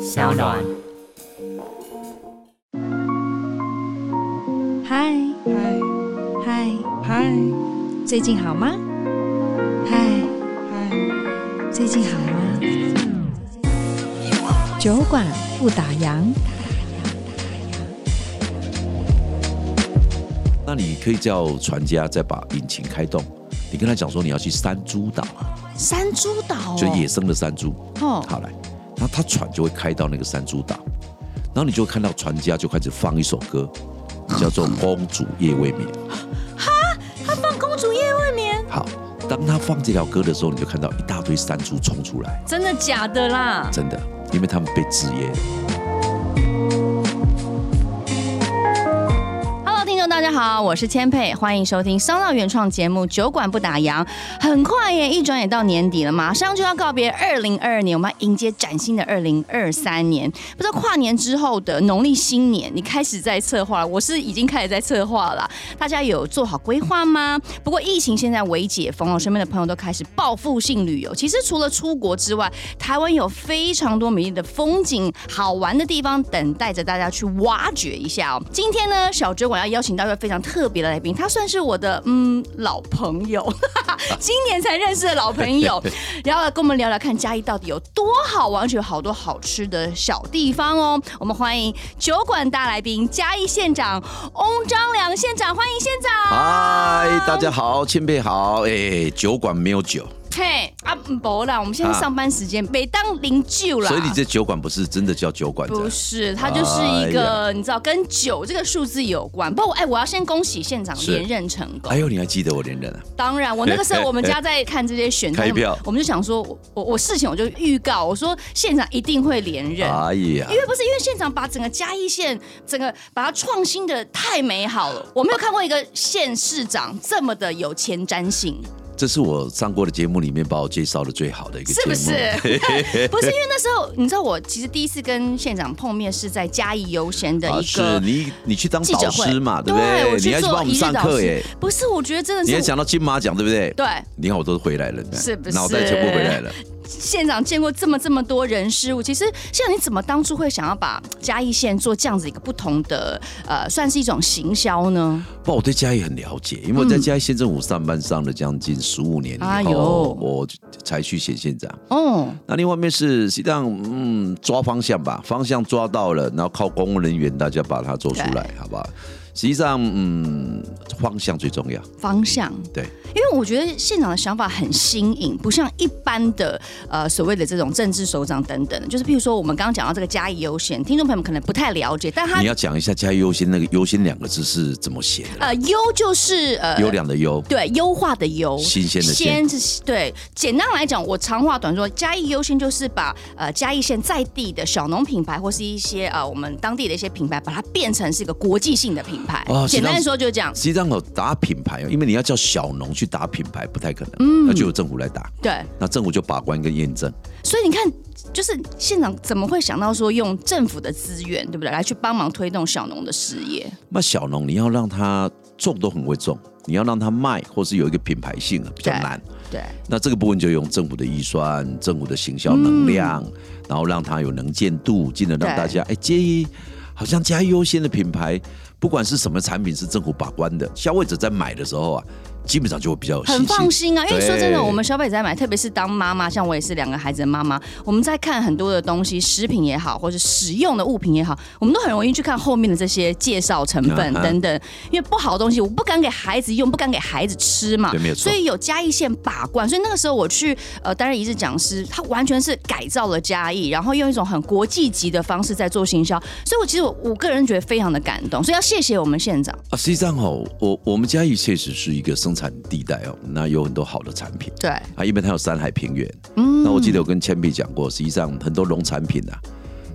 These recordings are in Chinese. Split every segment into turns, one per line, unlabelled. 小暖。
嗨
嗨
嗨，
嗨
最近好吗？嗨，
嗨，
最近好吗？酒馆不打烊，
那你可以叫船家再把引擎开动，你跟他讲说你要去山猪岛，
山猪岛哦
就野生的山猪，
哦，
好来，那他船就会开到那个山猪岛，然后你就会看到船家就开始放一首歌，叫做《公主夜未眠》。
他放公主夜未眠，
好，当他放这条歌的时候，你就看到一大堆山猪冲出来，
真的假的啦？
真的，因为他们被制约了。
Hello，听众大家好，我是千佩，欢迎收听商道原创节目《酒馆不打烊》。很快耶，一转眼到年底了，马上就要告别二零二二年，我们要迎接崭新的二零二三年。不知道跨年之后的农历新年，你开始在策划了？我是已经开始在策划了，大家有做好规划吗？不过疫情现在微解封了，我身边的朋友都开始报复性旅游。其实除了出国之外，台湾有非常多美丽的风景、好玩的地方等待着大家去挖掘一下哦。今天呢，小酒馆要邀请到一位非常特别的来宾，他算是我的嗯老朋友， 今年才认识的老朋 友，然后来跟我们聊聊看嘉义到底有多好玩，而且有好多好吃的小地方哦。我们欢迎酒馆大来宾嘉义县长翁章良县长，欢迎县长。
嗨，大家好，前辈好，哎、酒馆没有酒，
嘿啊，不啦，我们现在
啊
上班时间，每当零酒啦。
所以你这啊酒馆不是真的叫酒馆
不
的。
是，它就是一
哎
个、你知道跟酒这个数字有关。不过，哎，我要先恭喜县长
是
连任成功。
哎呦，你还记得我连任啊？
当然，我那个时候我们家在看这些选战
开票
我们就想说，我我我事情我就预告，我说县长一定会连任。
哎呀
因，为不是因为县长把整个嘉义县整个把它创新的太美好了，我没有看过一个县市长这么的有前瞻 性。
这是我上过的节目里面把我介绍的最好的一个节
是
目，
不是？ 不是因为那时候，你知道我其实第一次跟县长碰面是在嘉义游闲的
啊，
一个
是你你去当
记者
导
会
师嘛，对不
我
对？
去
你还去帮
做
我们
一
上
日导
课
师
耶，
不是，我觉得真的
你还
是
讲到金马奖，对不对？
对
你看我都回来了，你看
是不是
脑袋全部回来了。
县长见过这么这么多人事物，其实县长你怎么当初会想要把嘉义县做这样子一个不同的呃，算是一种行销呢？
不，我对嘉义很了解，因为我在嘉义县政府上班上了将近十五年以后，
哎呦
我才去选县长。
哦，
那另外一面是，实际上，嗯，抓方向吧，方向抓到了，然后靠公务人员大家把它做出来，好不好？实际上，嗯，方向最重要。
方向，
对，
因为我觉得县长的想法很新颖，不像一般的呃所谓的这种政治首长等等的，就是譬如说我们刚刚讲到这个嘉义优先，听众朋友们可能不太了解，但他
你要讲一下“嘉义优先”那个“优先”两个字是怎么写的？
呃优就是呃
优良的优，
对，优化的优，
新鲜的
鲜
鲜
是，对。简单来讲，我长话短说，嘉义优先就是把呃嘉义县在地的小农品牌或是一些呃我们当地的一些品牌，把它变成是一个国际性的品牌。
哦
简单
实
来
际上
说就是这样。
实际上哦，打品牌哦，因为你要叫小农去打品牌不太可能，嗯，那就由政府来打，
对，
那政府就把关跟验证。
所以你看，就是县长怎么会想到说用政府的资源，对不对，来去帮忙推动小农的事业？
那小农你要让他种都很会种，你要让他卖或是有一个品牌性啊，比较
对
难。
对，
那这个部分就用政府的预算、政府的行销能量，然后让它有能见度，进而让大家哎介意，好像加优先的品牌，不管是什么产品是政府把关的，消费者在买的时候啊，基本上就会比较有信
很
心。
放心啊，因为
对
说真的，我们消费者在买，特别是当妈妈，像我也是两个孩子的妈妈，我们在看很多的东西，食品也好，或者使用的物品也好，我们都很容易去看后面的这些介绍成分
嗯哼
等等，因为不好的东西我不敢给孩子用，不敢给孩子吃嘛
对，没有错
所以有嘉义县把关，所以那个时候我去呃担任一日讲师，他完全是改造了嘉义，然后用一种很国际级的方式在做行销，所以我其实我我个人觉得非常的感动，所以要谢谢我们县长，
啊，实际上哦，我我们嘉义确实是一个生产地带哦，那有很多好的产品。
对。
啊，因为它有山海平原。嗯，那我记得我跟铅笔讲过，实际上很多农产品啊，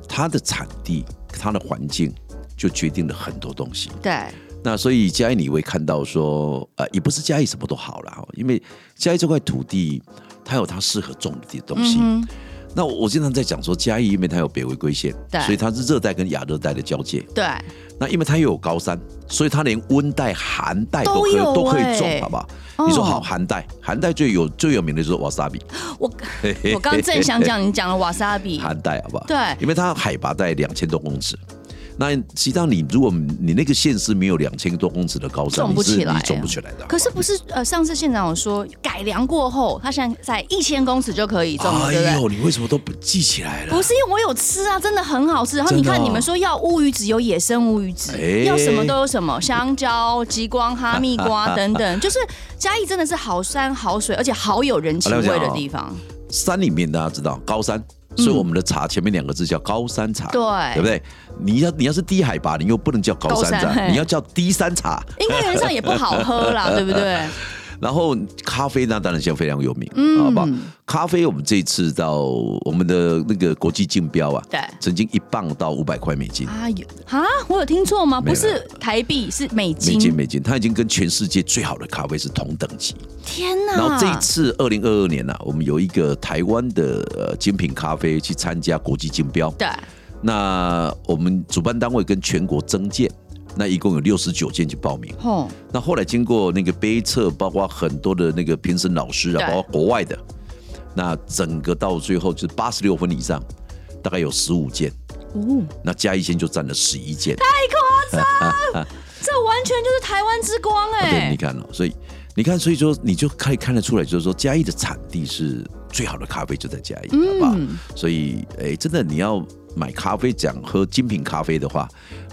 它的产地、它的环境就决定了很多东西。
对，
那所以嘉义你会看到说，呃，也不是嘉义
嗯
什么都好啦，哦因为嘉义这块土地它有它适合种的东西。那我经常在讲说，嘉义因为它有北回归线
对，
所以它是热带跟亚热带的交界。
对，
那因为它又有高山，所以它连温带、寒带都
都
可以
有
都可
欸
以种，好不好？
哦嗯
你说好寒带，寒带最有最有名的就是瓦萨比
我我刚正想讲，你讲了瓦萨比，
寒带， 好不好？
对
因为它海拔在两千多公尺。那实际上，你如果你那个县市没有两千多公尺的高山，
种
你
不
是
起来
你
啊
种不起来的。
可是不是呃，上次县长有说改良过后，他现在在一千公尺就可以种了，
哎
对不对？
呦，你为什么都不记起来了？
不是因为我有吃啊，真的很好吃。然后你
真的
看，
哦
你们说要乌鱼子有野生乌鱼子，
哎
要什么都有什么，香蕉、极光、哈密瓜等 等，就是嘉义真的是好山好水，而且好有人情味的地方。
山里面大家知道高山，所以我们的茶前面两个字叫高山茶，
对
对不对？你要你要是低海拔，你又不能叫高山
高山嘿
茶，你要叫低山茶。
应该原上也不好喝啦，对不对？
然后咖啡那当然现在非常有名，嗯、好不好？咖啡我们这一次到我们的那个国际竞标啊，
对
曾经一磅到五百块美金。
啊有啊，我有听错吗？
没
不
有
是台币，是美
美
金。
金，美金，它已经跟全世界最好的咖啡是同等级。
天哪！
然后这一次二零二二年呢、啊，我们有一个台湾的呃精品咖啡去参加国际竞标，
对
那我们主办单位跟全国征件，那一共有六十九件去报名。
吼
那后来经过那个杯测，包括很多的那个评审老师
对
啊，包括国外的，那整个到最后就是八十六分以上，大概有十五件，
哦，
那嘉义县就占了十一件。
这完全就是台湾之光
啊对，
哎、
你看了、所以你看，所以说你就可以看得出来，就是说嘉义的产地是最好的咖啡就在嘉义，好
嗯
不好？所以，哎，真的你要买咖啡，讲喝精品咖啡的话，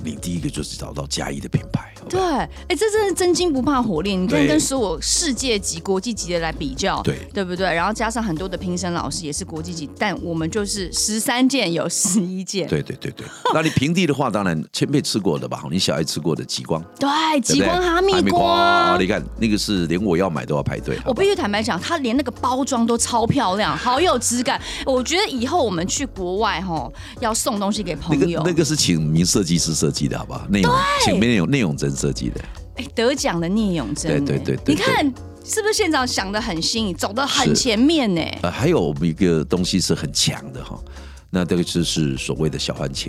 你第一个就是找到嘉义的品牌。好不
对，
好
哎、这真是真金不怕火炼。你看，
对
跟所有世界级、国际级的来比较，
对
对不对？然后加上很多的评审老师也是国际级，但我们就是十三件有十一件，
对对对对， 那你平地的话，当然前辈吃过的吧，你小孩吃过的极光，
对，
对
极
不对
光哈密
啊
瓜。
你看那个是连我要买都要排队。好
我
不好
必须坦白讲，它连那个包装都超漂亮，好有质感。我觉得以后我们去国外吼，要送东西给朋
那个
友，
那个是请名设计师设计的，好不好？内容请内容内容真设计的，
哎，得奖的聂永真，
对对
哎
对
你
对
看是不是县长想的很新颖，走的很
是
前面呢？
呃，还有我们一个东西是很强的哈，那这个就是所谓的小番茄，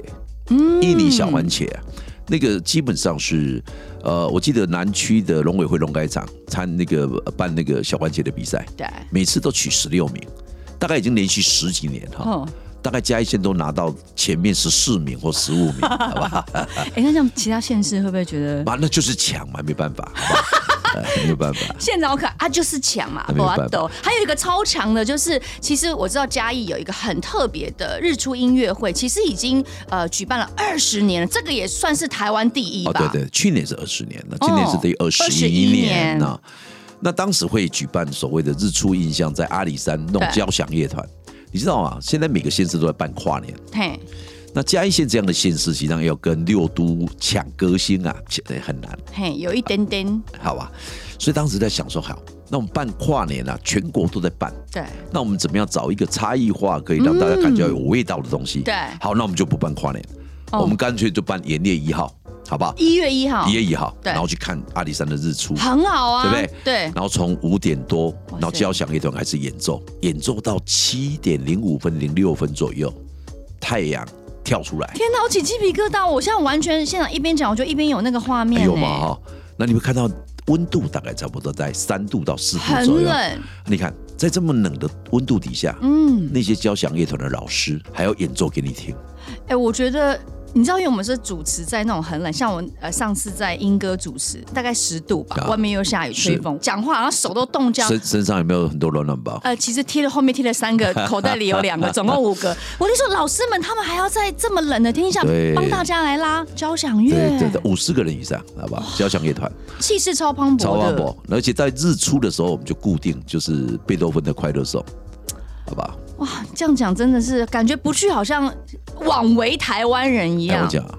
嗯，印尼小番茄啊，那个基本上是，呃，我记得南区的农委会农改场参那个呃办那个小番茄的比赛，
对，
每次都取十六名，大概已经连续十几年哈。
哦，
大概嘉义县都拿到前面十四名或十五名，好吧？
哎，那这样其他县市会不会觉得
嘛，那就是强嘛，没办法，好吧？哎没有办法。
县长好可爱啊，就是强嘛，啊
没有办法
抖。还有一个超强的，就是其实我知道嘉义有一个很特别的日出音乐会，其实已经呃举办了二十年了，这个也算是台湾第一
哦，
吧。哦
对对，去年是二十年了，今年是第二十一
21
年
年
啊。那当时会举办所谓的日出印象，在阿里山弄
对
交响乐团，你知道吗？现在每个县市都在办跨年。
嘿，
那嘉义县这样的县市，实际上要跟六都抢歌星啊，现在很难，
嘿，有一点点，
好吧？所以当时在想说，好，那我们办跨年啊，全国都在办，
对
那我们怎么样找一个差异化，可以让大家感觉有味道的东西？
嗯对
好，那我们就不办跨年，
哦
我们干脆就办盐烈一号，好不好？
一月一号
一，月一号，
对
然后去看阿里山的日出，
很好啊，
对不对？
对
然后从五点多，
哇塞
然后交响乐团开始演奏，演奏到七点零五分、零六分左右，太阳跳出来，
天哪，我起鸡皮疙瘩！我现在完全现场一边讲，我就一边有那个画面、
哎
欸，
有嘛哈？那你会看到温度大概差不多在三度到四度左
欸很
右。
冷，
你看，在这么冷的温度底下，
嗯，
那些交响乐团的老师还要演奏给你听，
哎、我觉得你知道，因为我们是主持在那种很冷，像我呃上次在英歌主持，大概十度吧，
啊
外面又下雨吹风，讲话然后手都冻僵。
身身上有没有很多暖暖包？
呃，其实贴了后面贴了三个，口袋里有两个，总共五 个。我就说老师们，他们还要在这么冷的天气下
对
帮大家来拉交响乐，
对对对，五十个人以上，好不好？交响乐团。
气势超磅礴的。
超磅礴，而且在日出的时候，我们就固定就是贝多芬的快乐颂，好吧？
哇，这样讲真的是感觉不去好像枉为台湾人一
来
样
我。讲啊，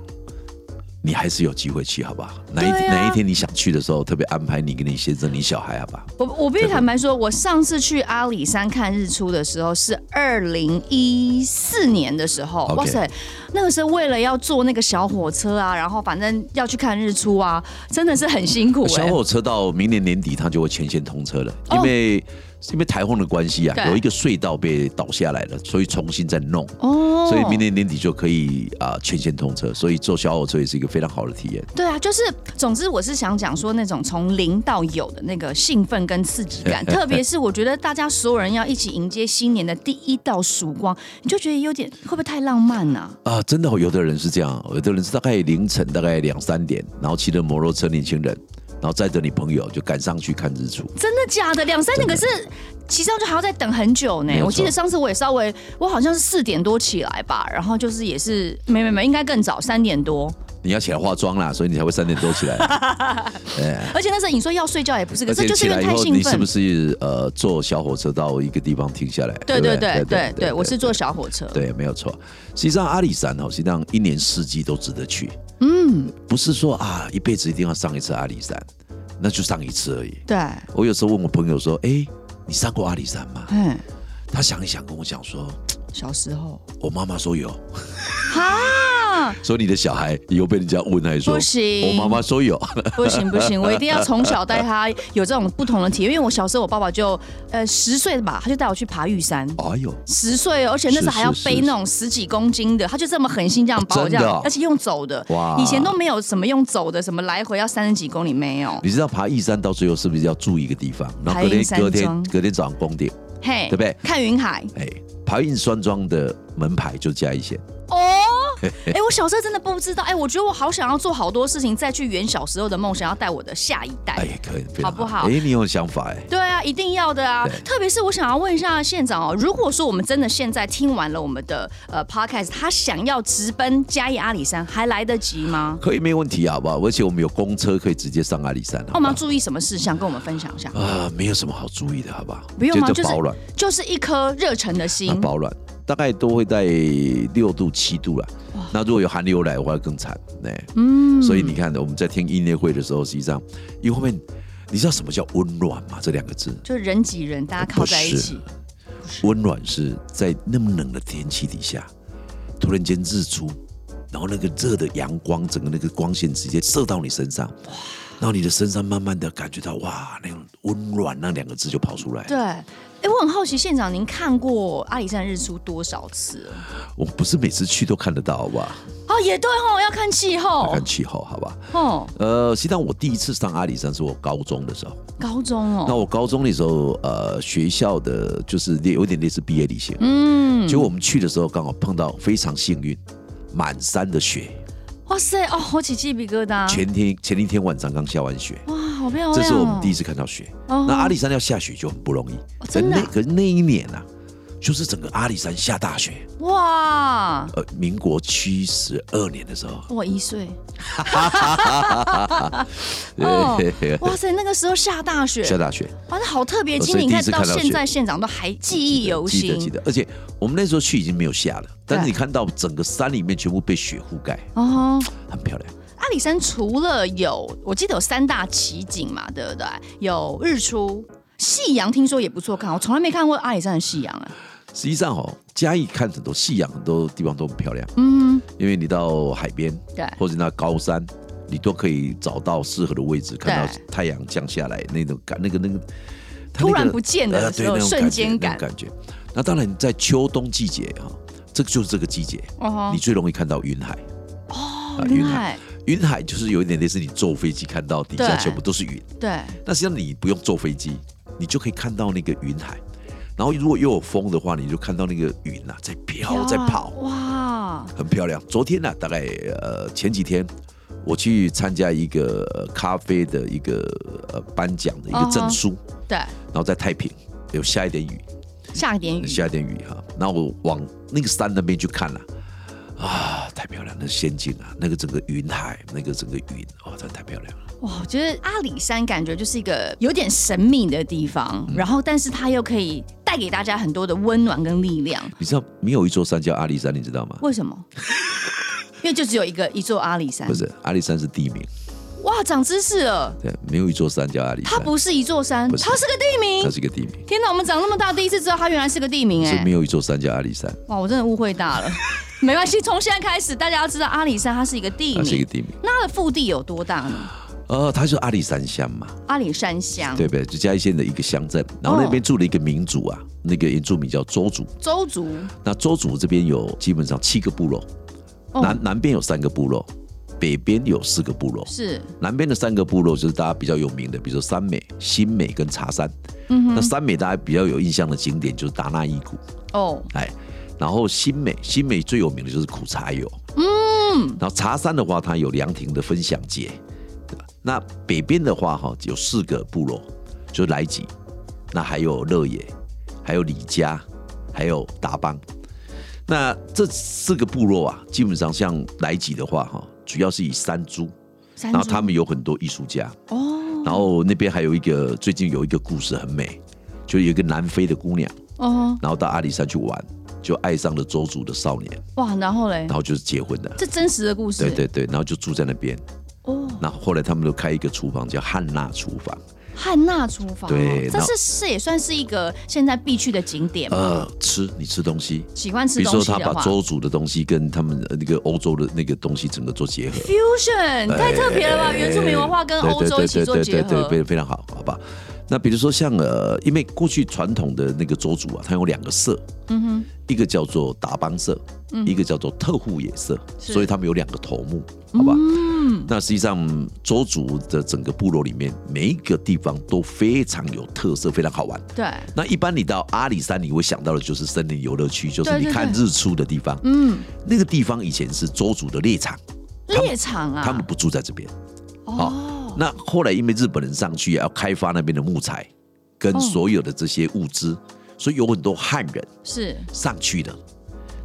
你还是有机会去，好吧？哪一、
对啊
哪一天你想去的时候，特别安排你跟你先生、你小孩，好吧？
我我必须坦白说，我上次去阿里山看日出的时候是二零一四年的时候
OK
哇塞，那个时候为了要坐那个小火车啊，然后反正要去看日出啊，真的是很辛苦哎、
小火车到明年年底，它就会全线通车了，
哦
因为是因为台风的关系啊，
对
有一个隧道被倒下来了，所以重新再弄。
哦
所以明年年底就可以啊、全线通车，所以坐小火车也是一个非常好的体验。
对啊，就是总之我是想讲说那种从零到有的那个兴奋跟刺激 感，特别是我觉得大家所有人要一起迎接新年的第一道曙光，你就觉得有点会不会太浪漫呐、
啊，真的、哦，有的人是这样，有的人是大概凌晨大概两三点，然后骑着摩托车，年轻人，然后载着你朋友就赶上去看日出。
真的假的？两三点可
真
是骑上去还要再等很久呢
没。有错
我记得上次我也稍微，我好像是四点多起来吧，然后就是也是没没没，应该更早三点多，
你要起来化妆啦，所以你才会三点多起来。
而且那时候你说要睡觉也不是，可
而
是
且
就是
起
因
来
为
以
太
后，
兴
你是
奋
不。是呃坐小火车到一个地方停下来？
对
不
对对对对，我是坐小火车。
对，没有错。实际上，阿里山哦，实际上一年四季都值得去。嗯，不是说啊，一辈子一定要上一次阿里山，那就上一次而已。
对，
我有时候问我朋友说：“哎、你上过阿里山吗
嗯，？”
他想一想跟我讲说
小时候：“
我妈妈说有。
哈，”
所以你的小孩以后被人家问，还说
不行
我妈妈说有。
不行不行，我一定要从小带他有这种不同的体验。因为我小时候，我爸爸就呃十岁吧，他就带我去爬玉山。
哎呦，
十岁哦，而且那时候还要
是是
背
是
那种十几公斤的，他就这么狠心这样把我这样，
真的哦
而且用走的，
哇
以前都没有什么用走的，什么来回要三十几公里没有，
你知道爬玉山到最后是不是要住一个地方？然后隔
白云
天
山
隔
庄
天隔天早上公顶，
嘿，
对不对
看云海
哎，爬运山庄的门牌就嘉义县。
哦，哎、我小时候真的不知道，哎、我觉得我好想要做好多事情，再去圆小时候的梦想，要带我的下一代。
哎，可以，非
好
常
不好
哎，你有想法哎。
对啊，一定要的啊
对！
特别是我想要问一下县长哦，如果说我们真的现在听完了我们的呃 podcast，他想要直奔嘉义阿里山，还来得及吗？
可以，没问题，好不好？而且我们有公车可以直接上阿里山，
那哦我
好不
们要？
好
注意什么事项？跟我们分享一下。
啊，没有什么好注意的，好不好？
不用吗啊
就
就是
保暖，
就是一颗热忱的
那
心。
保暖大概都会在六度七度啦。那如果有寒流来的话，更惨。哎，
嗯
所以你看，我们在听音乐会的时候，实际上一方面，你知道什么叫温暖吗？这两个字，
就人挤人，大家靠在一起。
温暖是在那么冷的天气底下，突然间日出，然后那个热的阳光，整个那个光线直接射到你身上，然后你的身上慢慢的感觉到哇，那种温暖那两个字就跑出来了。
对，哎、我很好奇，县长您看过阿里山日出多少次了？
我不是每次去都看得到，好吧？
哦，也对哦，要看气
要
候
看气候，好吧？
哦，
呃，实际上我第一次上阿里山是我高中的时候。
高中
那
哦，
我高中的时候，呃，学校的就是有点类似毕业旅行，
嗯，
结果我们去的时候刚好碰到非常幸运，满山的雪，
哇塞，哦，我起鸡皮疙瘩，
前天前一天晚上刚下完雪，
哇，好啊漂亮、哦。
这是我们第一次看到雪。
哦
那阿里山要下雪就很不容易，
真的啊
可那可是那一年啊，就是整个阿里山下大雪，
哇，
呃，民国七十二年的时候，
我一 岁，哦
对，
哇塞，那个时候下大雪，
下大雪，
哇，那好特别，
呃
其实
所以
你
第一
看
次
到
看到
现
雪
在县长都还记忆犹
记得
新，
记得，而且我们那时候去已经没有下了，但是
对
你看到整个山里面全部被雪覆盖，
哦。
很漂亮。
阿里山除了有，我记得有三大奇景嘛，对不对？有日出，夕阳听说也不错看，我从来没看过阿里山的夕阳啊。
实际上哦，嘉义看很多夕阳，很多地方都很漂亮，
嗯，
因为你到海边，
对
或者那高山，你都可以找到适合的位置，看到
对
太阳降下来那种感，那个那个，它
突
那个
然不见的
呃
时
对
候
那种
瞬
感觉
间
那种
感
感觉。那当然，在秋冬季节哈、这个就是这个季节，
哦吼
你最容易看到云海。
哦
啊，
云
云
海
海，云海就是有一点类似你坐飞机看到底下
对
全部都是云，
对，
但实际上你不用坐飞机，你就可以看到那个云海。然后如果又有风的话，你就看到那个云啊在飘在
哇
跑。
哦哇，
很漂亮。昨天呢、啊大概呃前几天，我去参加一个呃咖啡的一个呃颁奖的一
嗯
个
哼
证书
对，
然后在太平有下一点雨，
下一点雨，
下一点雨哈、然后我往那个山那边去看了、啊。太漂亮，那仙境啊，那个整个云海，那个整个云，哇，真的太漂亮了。
哇，我觉得阿里山感觉就是一个有点神秘的地方，
嗯
然后但是它又可以带给大家很多的温暖跟力量。
你知道没有一座山叫阿里山，你知道吗？
为什 么？因为就只有一个一座阿里山
不，是，阿里山是地名，
哇，长知识了，
对，没有一座山叫阿里山，
它不是一座山，
不是
它是个地名
它。是一个地名，
天哪，我们长那么大第一次知道它原来是个地名哎、
所以没有一座山叫阿里山，
哇，我真的误会大 了。没关系，从现在开始大家要知道阿里山它是一个地
它是一个
名。
地名。
那它的腹地有多大呢？
呃，它就是阿里山乡嘛，
阿里山乡，
对不对？就嘉义县的一个乡镇，然
哦
后那边住了一个民族啊，那个原住民叫周族。
周族，
那周族这边有基本上七个部落，
哦
南南边有三个部落，北边有四个部落。
是
南边的三个部落就是大家比较有名的，比如说三美、新美跟茶山。
嗯
那三美大家比较有印象的景点就是达那伊谷，
哦，
哎，然后新美，新美最有名的就是苦茶油，嗯，然后茶山的话，它有凉亭的分享节，对吧那北边的话哈，有四个部落，就是莱吉，那还有乐野，还有李家，还有达邦。那这四个部落啊，基本上像莱吉的话哈，主要是以山猪，
山
然
猪
后他们有很多艺术家，
哦
然后那边还有一个最近有一个故事很美，就有一个南非的姑娘。
哦
然后到阿里山去玩，就爱上了周族的少年，
哇，然后嘞
然，后就是结婚了。
这真实的故事，
对对对，然后就住在那边。
哦，
然后后来他们就开一个厨房叫汉娜厨房，
汉娜厨房，啊
对
这
那
是这也算是一个现在必去的景点嘛。
呃，吃你吃东西，
喜欢哦吃
比如
东
说
西
他
的
把
话
周族的东西跟他们呃那个欧洲的那个东西整个做结合，
，fusion 太特别了吧？原住民文化跟
哎对
欧洲一起做结
对对对对对对非
合，
非常好，好吧？那比如说像呃，因为过去传统的那个周族啊，它有两个社，
嗯哼，
一个叫做达邦社，一个叫做特护野社，
是
所以他们有两个头目，好吧？
嗯，
那实际上周族的整个部落里面，每一个地方都非常有特色，非常好玩。
对，
那一般你到阿里山，你会想到的就是森林游乐区，就是
对
你
对
看
对
日出的地方。
嗯，
那个地方以前是周族的猎场，们
猎场啊，
他们不啊住在这边。
哦，
那后来因为日本人上去要开发那边的木材，跟
哦
所有的这些物资，所以有很多汉人
是，
上去了，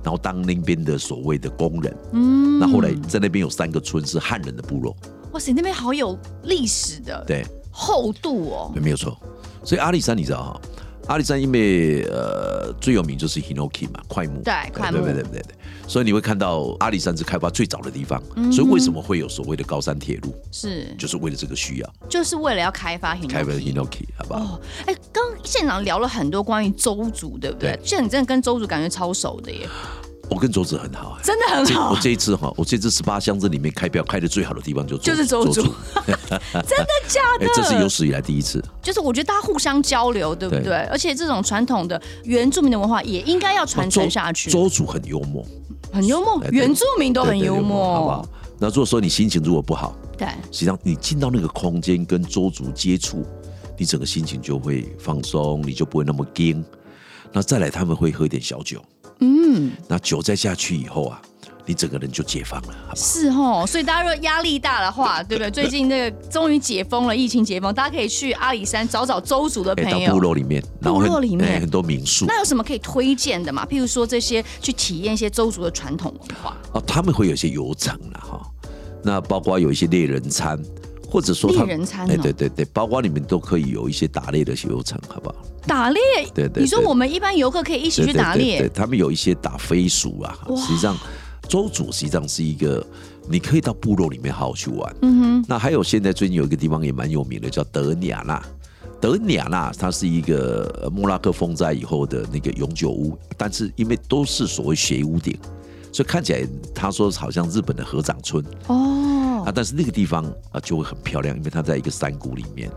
然后当那边的所谓的工人。
嗯，
那后来在那边有三个村是汉人的部落，
哇塞，那边好有历史的
对。
厚度哦，
对，没有错。所以阿里山你知道哈，阿里山因为呃最有名就是 Hinoki 嘛，快木，哎
对快木
对对对对对。所以你会看到阿里山是开发最早的地方，
嗯
所以为什么会有所谓的高山铁路，
是，
就是为了这个需要，
就是为了要开发
开发
Hinoki。
Hinoki 好不好？
哦，哎，刚现场聊了很多关于周族，对不对？
对
现在你真的跟周族感觉超熟的耶，
我跟卓子很好、哎
真的很
这
好
我，这一次哈，我这次十八乡镇里面开标开的最好的地方就周
就是周族
族，
假
哎、
的，
这是有史以来第一次。
就是我觉得大家互相交流，对不对？
对
而且这种传统的原住民的文化也应该要传承下去。
周族很幽默，
很幽默，
哦哎对
原住民都
对
很
对
幽默，
好不好？那如果说你心情如果不好，
对，
实际上你进到那个空间跟周族接触，你整个心情就会放松，你就不会那么惊。那再来，他们会喝一点小酒，
嗯，
那酒再下去以后啊，你整个人就解放了，好吧？
是哦。所以大家如果压力大的话，对不对？最近那个终于解封了，疫情解封，大家可以去阿里山找找周族的
哎、
朋
到
友。
部落里面，然后很
部落里面
哎很多民宿
那有什么可以推荐的嘛？譬如说这些去体验一些周族的传统文化，
哦，他们会有一些游程了哈。那包括有一些猎人餐，或者说他
猎人餐哦
哎、对对对，包括你们都可以有一些打猎的游程，好不好？
打猎。
对对
你说
对
我们一般游客可以一起去打
对对
猎，
对对他们有一些打飞鼠啊，实际上周主实际上是一个，你可以到部落里面好好去玩。嗯哼，那还有现在最近有一个地方也蛮有名的，叫德尼亚纳。德尼亚纳它是一个呃莫拉克风灾以后的那个永久屋，但是因为都是所谓斜屋顶，所以看起来他说好像日本的合掌村
哦，
啊，但是那个地方啊就会很漂亮，因为它在一个山谷里面。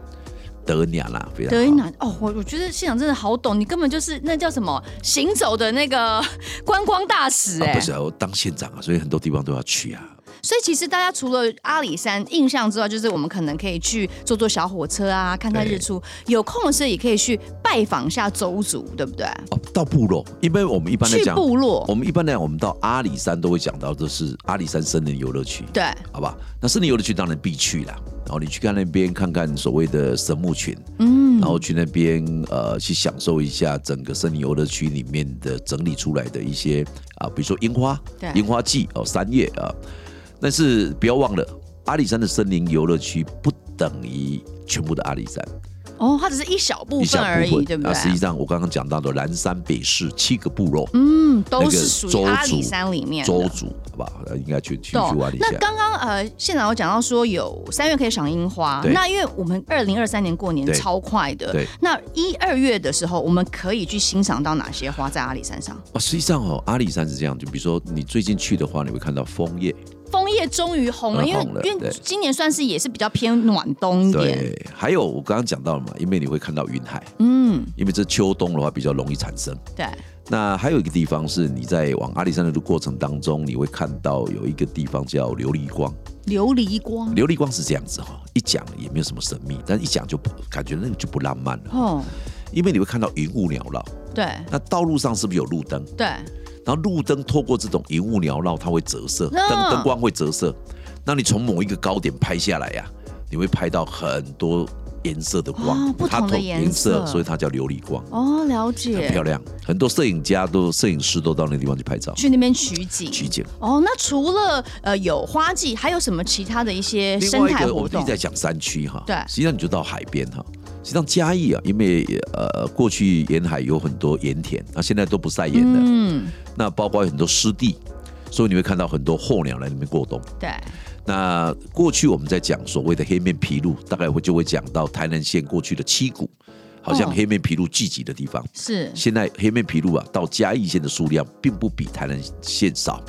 德尼亚纳非常好
德云南哦，我我觉得现场真的好懂，你根本就是那叫什么行走的那个观光大使哎、
啊，不是、啊、我当县长啊，所以很多地方都要去啊。
所以其实大家除了阿里山印象之外，就是我们可能可以去坐坐小火车啊，看看
对
日出。有空的时候也可以去拜访一下周族，对不对？
哦，到部落，因为我们一般来
去
讲，
部落
我们一般来讲，我们到阿里山都会讲到，这是阿里山森林游乐区，
对，
好吧？那森林游乐区当然必去啦。然后你去看那边看看所谓的神木群，
嗯，
然后去那边呃去享受一下整个森林游乐区里面的整理出来的一些啊、比如说樱花
对，
樱花季哦，三月啊、但是不要忘了，阿里山的森林游乐区不等于全部的阿里山。
哦，它只是一小部
一
分
小
而
部
已，啊
分，
对不
那实
对？
际上我刚刚讲到的南山北市七个部落，
嗯，
那
都
个
是属于阿里山里面的
周族，好吧，呃应该去去去
懂
玩一下
那。刚刚呃，现场有讲到说有三月可以赏樱花，
对
那因为我们二零二三年过年
对
超快的，
对
那一二月的时候，我们可以去欣赏到哪些花在阿里山上？
哦，实际上哦，阿里山是这样，就比如说你最近去的话，你会看到枫叶，
枫叶月终于红了，
嗯
因为
红了
因为
对
今年算是也是比较偏暖冬一点，
对，还有我刚刚讲到了嘛，因为你会看到云海，
嗯，
因为这秋冬的话比较容易产生。
对，
那还有一个地方是你在往阿里山的过程当中，你会看到有一个地方叫琉璃光。
琉璃光，
琉璃光是这样子哈，一讲也没有什么神秘，但一讲就不感觉那个就不浪漫了，
哦，
因为你会看到云雾缭绕。
对
那道路上是不是有路灯？
对，
然后路灯透过这种云雾缭绕，它会折射，
嗯
灯灯光会折射。那你从某一个高点拍下来呀、你会拍到很多颜色的光，
哦不同的
它透
颜
颜
色
色，所以它叫琉璃光，
哦，了
很
解，
漂亮。很多摄影家都、摄影师都到那地方去拍照
去那边取景。
取景。
哦，那除了呃有花季，还有什么其他的一些
另
生
外一
态
个，我
活
们一直
动？
在讲山区哈，
对
实际上你就到海边哈。实际上嘉义啊，因为呃过去沿海有很多盐田，啊现在都不晒盐了，
嗯，
那包括很多湿地，所以你会看到很多候鸟来那边过冬。
对，
那过去我们在讲所谓的黑面琵鹭，大概会就会讲到台南县过去的七股，好像
哦
黑面琵鹭聚集的地方。
是
现在黑面琵鹭啊，到嘉义县的数量并不比台南县少，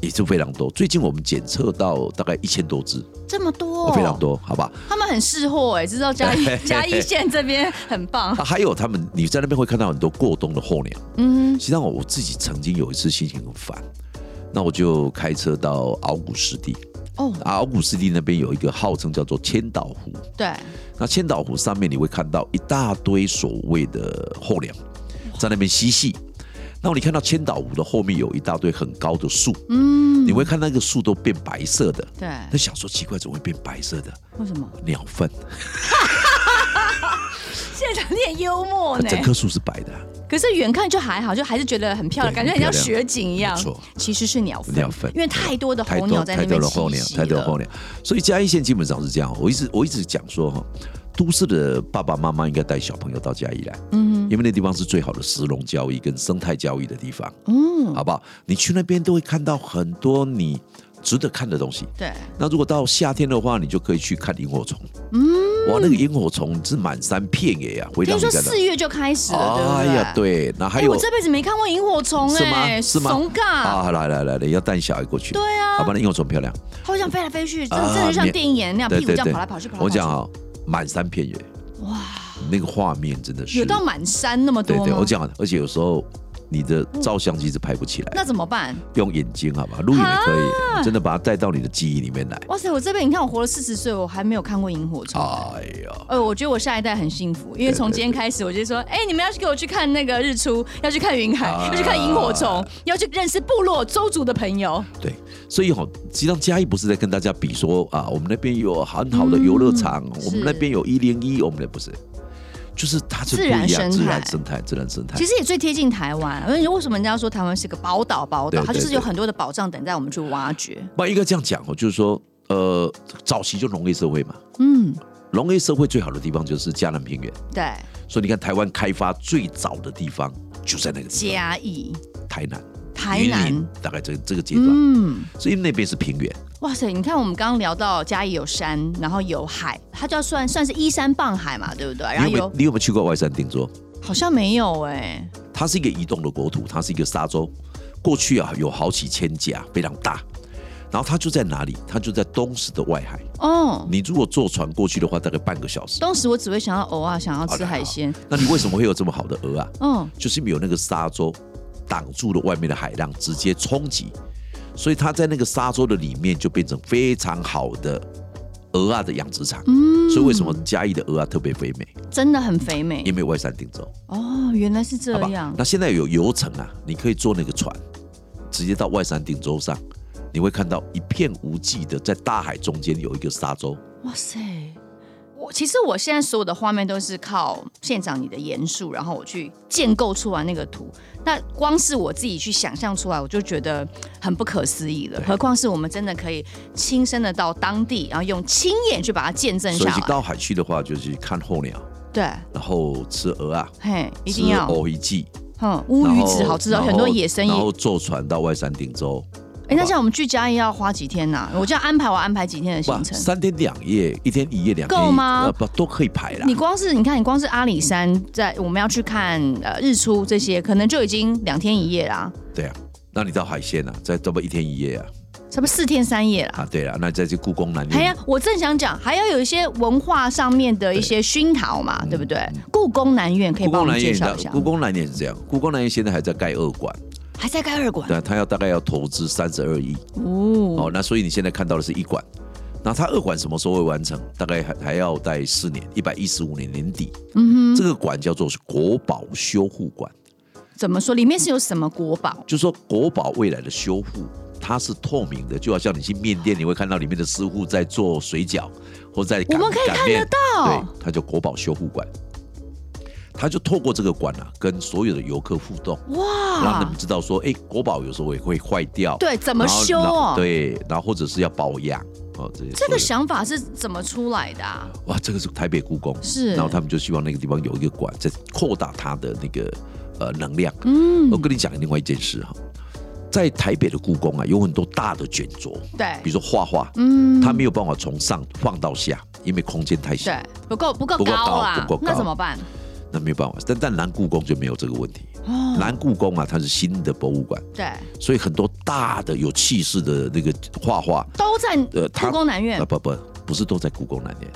也是非常多。最近我们检测到大概一千多只，
这么多、
非常。多，好吧？
他们很识货哎，知道嘉 义嘉义县这边很棒。
啊，还有他们，你在那边会看到很多过冬的候鸟。
嗯，
实际上，我自己曾经有一次心情很烦，那我就开车到鳌骨湿地。
哦，
鳌骨湿地那边有一个号称叫做千岛湖，
对，
那千岛湖上面你会看到一大堆所谓的候鸟在那边嬉戏。那你看到千岛湖的后面有一大堆很高的树，
嗯，
你会看那个树都变白色的。
对，
那想说奇怪，怎么会变白色的？
为什么？
鸟粪，
现场你很幽默 呢，
整棵树是白的啊，
可是远看就还好，就还是觉得很漂亮，
对
感觉很像
很漂
雪
亮
景一样
没错。
其实是鸟粪，
鸟粪
因为太多的
太
候哦
多
鸟在那
太多
边
的
栖息
候鸟，太多的候
了。
鸟。所以嘉义县基本上是这样。我一直我一直讲说哈，都市的爸爸妈妈应该带小朋友到嘉义来，
嗯
因为那地方是最好的石龙交易跟生态交易的地方。
嗯，
好不好？你去那边都会看到很多你值得看的东西。
对，
那如果到夏天的话，你就可以去看萤火虫。嗯，哇，那个萤火虫是满山遍野啊，回
听
到你
说
家的。
四月就开始了，对不对？
呀，对，那还
哎，
有、
我这辈子没看过萤火虫，
是吗
哎，？
是吗？
怂尬，
啊，来来来来，要带小孩过去。
对啊
好吧，那萤火虫漂亮。
它会像飞来飞去，真
啊
的真的就像
免
电影演的那
对
样，屁股
对
这样
对
跑来跑去，跑来跑
我
去。
讲啊、满山遍野，
哇，
那个画面真的是。
有到满山那么多
对
吗？
对，我讲，啊而且有时候你的照相机是拍不起来，
那怎么办？
用眼睛好吧，录影也可以，你真的把它带到你的记忆里面来。
哇塞，我这辈子你看我活了四十岁，我还没有看过萤火虫。
哎呀，
呃，我觉得我下一代很幸福，因为从今天开始，我就说，哎、你们要去给我去看那个日出，要去看云海，
啊
要去看萤火虫，要去认识部落周族的朋友。
对，所以哈、实际上嘉义不是在跟大家比说啊，我们那边有很好的游乐场，
嗯
我们那边有一零一，我们那不是，就是它是不一样，
自然生态
自然生态，自然生态
其。实也最贴近台湾，而且为什么人家说台湾是个宝岛？宝岛
对
它就是
对
有很多的宝藏等待我们去挖掘。
不应该这样讲哦，就是说，呃，早期就农业社会嘛，
嗯，
农业社会最好的地方就是嘉南平原，
对，
所以你看台湾开发最早的地方就在那个地
嘉义、
方，台南、
啊台
云
南
林，，大概这这个阶段，
嗯，
所以那边是平原，
哇塞，你看我们刚刚聊到嘉义有山，然后有海，它就要算算是依山傍海嘛，对不对？然后
哎你有没有
有
你有没有去过外山定州？
好像没有哎、
它是一个移动的国土，它是一个沙洲。过去啊，有好几千家，非常大。然后它就在哪里？它就在东石的外海。
哦。
你如果坐船过去的话，大概半个小时。
当时我只会想要偶尔想要
好
吃
的
海鲜，
那你为什么会有这么好的鹅啊？
嗯，
就是因为有那个沙洲挡住了外面的海浪，直接冲击，所以它在那个沙洲的里面就变成非常好的鹅啊的养殖场。
嗯
所以为什么嘉义的鹅啊特别肥美？
真的很肥美
因为有外山定州。
哦，原来是这
好吧
样，
那现在有游程啊，你可以坐那个船，直接到外山顶洲上，你会看到一片无际的，在大海中间有一个沙洲。
哇塞！我其实我现在所有的画面都是靠现场你的言述，然后我去建构出来那个图。那光是我自己去想象出来，我就觉得很不可思议了。
对
何况是我们真的可以亲身的到当地，然后用亲眼去把它见证
所
下啊
以去
来。
到海去的话，就去看候鸟，
对，
然后吃鹅啊，
嘿，一
吃
定要，
藕一季，
哼，乌
然
鱼
后
子好吃，而且
然
很
后
多野生也
然。后坐船到外山顶洲，
哎，那这样我们去嘉义要花几天呐、我这样安排，我安排几天的行
哇，
程。
三天两夜，一天一夜，两天一
够吗
呃不都可以排啦
你。光是你看，你光是阿里山在我们要去看呃日出这些，可能就已经两天一夜啦。
对啊，那你到海线啊，再这么一天一夜啊，
差不多四天三夜啦。
啊，对了，那再去故宫南
还
院
要，我正想讲，还要有一些文化上面的一些熏陶嘛，对不对？故宫南院可以
故
帮我
宫
们
南
介
院
绍
的
一下，
嗯故宫南院是这样，故宫南院现在还在盖二馆，
还在盖二馆
对啊，它要大概要投资三十二亿
哦，
哦，那所以你现在看到的是一馆，那它二馆什么时候会完成？大概还还要在四年，一百一十五年年底。嗯哼，这个馆叫做是国宝修护馆，
怎么说？里面是有什么国宝？
就说国宝未来的修护。它是透明的，就好像你去面店，你会看到里面的师傅在做水饺，或在
我
擀
们可以
擀
看
面
得到
对，它叫国宝修护馆，它就透过这个馆啊，跟所有的游客互动，让
哇
他们！知道说，哎、国宝有时候也会坏掉，
啊对，怎么
然后
修哦？
对，然后或者是要保养哦，这些
这
所有
个想法是怎么出来的、啊？
哇，这个是台北故宫，
是
然后他们就希望那个地方有一个馆，在扩大它的那个呃能量。
嗯
我，跟你讲另外一件事哈，在台北的故宫啊，有很多大的卷轴，比
对，
如说画画，
嗯，
它没有办法从上放到下，因为空间太小。
对不够不够
不够
高
高
啦，
不够
那
高
怎么办？
那没有办法。但但南故宫就没有这个问题。
哦，
南故宫啊，它是新的博物馆，
对，
所以很多大的有气势的那个画画，
都在
呃它
故宫南院
啊，不不不是都在故宫南院，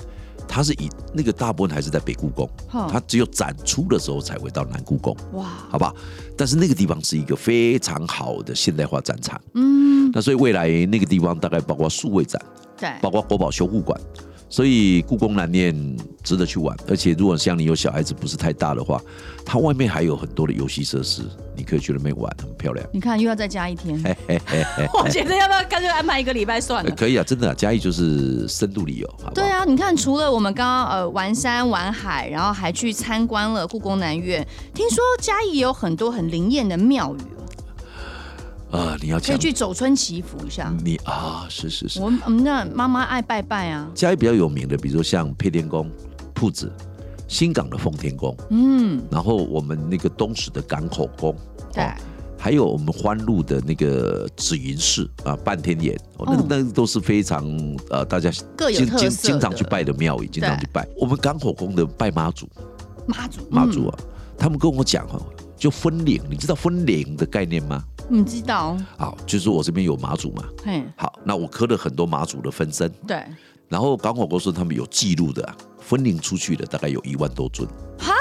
它是以那个大部分还是在北故宫，
哼
它只有展出的时候才会到南故宫，
哇，
好吧？但是那个地方是一个非常好的现代化展场，
嗯，哎
那所以未来那个地方大概包括数位展，
对，
包括国宝修护馆。所以故宫南面值得去玩，而且如果像你有小孩子不是太大的话，它外面还有很多的游戏设施，你可以去那边玩，很漂亮。
你看又要再加一天， 我觉得要不要干脆安排一个礼拜算
呃
了？
可以啊，真的、啊，嘉义就是深度旅游，好不好？
对啊，你看，除了我们刚刚呃玩山玩海，然后还去参观了故宫南院，听说嘉义也有很多很灵验的庙宇哦，
啊，你要
可以
讲
去走村祈福一下。
你啊，是是是，
我们我们那妈妈爱拜拜啊，
嘉义比较有名的，比如说像配天宫、铺子、新港的奉天宫，
嗯，
然后我们那个东石的港口宫，
对，
还有我们欢路的那个紫云寺啊，半天岩，哦，那个
哦
那个都是非常呃，大家
各有
经
特
经
色
经常
的
去拜的庙宇，经常去拜。我们港口宫的拜妈祖，
妈祖，嗯
妈祖啊，他们跟我讲哦，就分灵，你知道分灵的概念吗？
嗯，你知道，
好，就是我这边有妈祖嘛，
嘿，
好，那我刻了很多妈祖的分身。
对，
然后港口公司他们有记录的、啊，分灵出去的大概有一万多尊。
哈，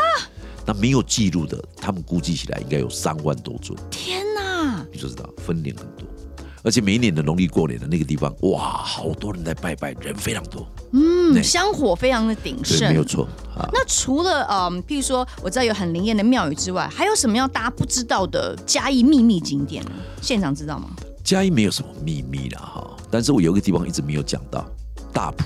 那没有记录的，他们估计起来应该有三万多尊，
天哪，
你就知道分灵很多。而且每一年的农历过年的那个地方，哇，好多人在拜拜，人非常多。
嗯，
对
香火非常的鼎
对，
盛
没有。错啊。
那除了嗯，譬如说我知道有很灵验的庙宇之外，还有什么样大家不知道的嘉义秘密景点呢？现场知道吗？
嘉义没有什么秘密了哈，但是我有一个地方一直没有讲到，大埔，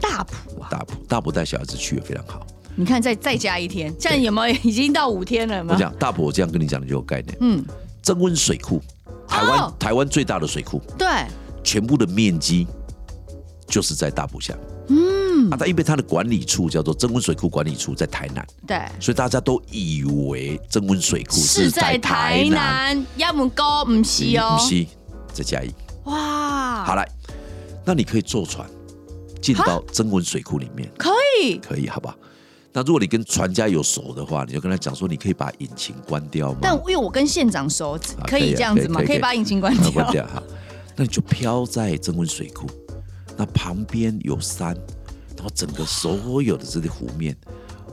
大埔啊，
大埔，大埔带小孩子去也非常好。
你看再再加一天，现在有没有已经到五天了？有没
我
有？
讲大埔，我这样跟你讲，你就有概念。
嗯，
增温水库，台湾、
哦
台湾最大的水库，
对，
全部的面积就是在大埔下。嗯，啊，它因为它的管理处叫做增温水库管理处在台南，
对。
所以大家都以为增温水库
是
是
在台
在台南，
南，要么高，唔西哦
不，是在嘉义。
哇，
好，来，那你可以坐船进到增温水库里面，
可以，
可以好不好？那如果你跟船家有熟的话，你就跟他讲说，你可以把引擎关掉吗？
但因为我跟县长熟，可
可以
以
啊
这样子
可以
吗？
可以
可以把引擎关
啊
掉，
关掉哈。那你就飘在增温水库，那旁边有山，然后整个所有的这些湖面，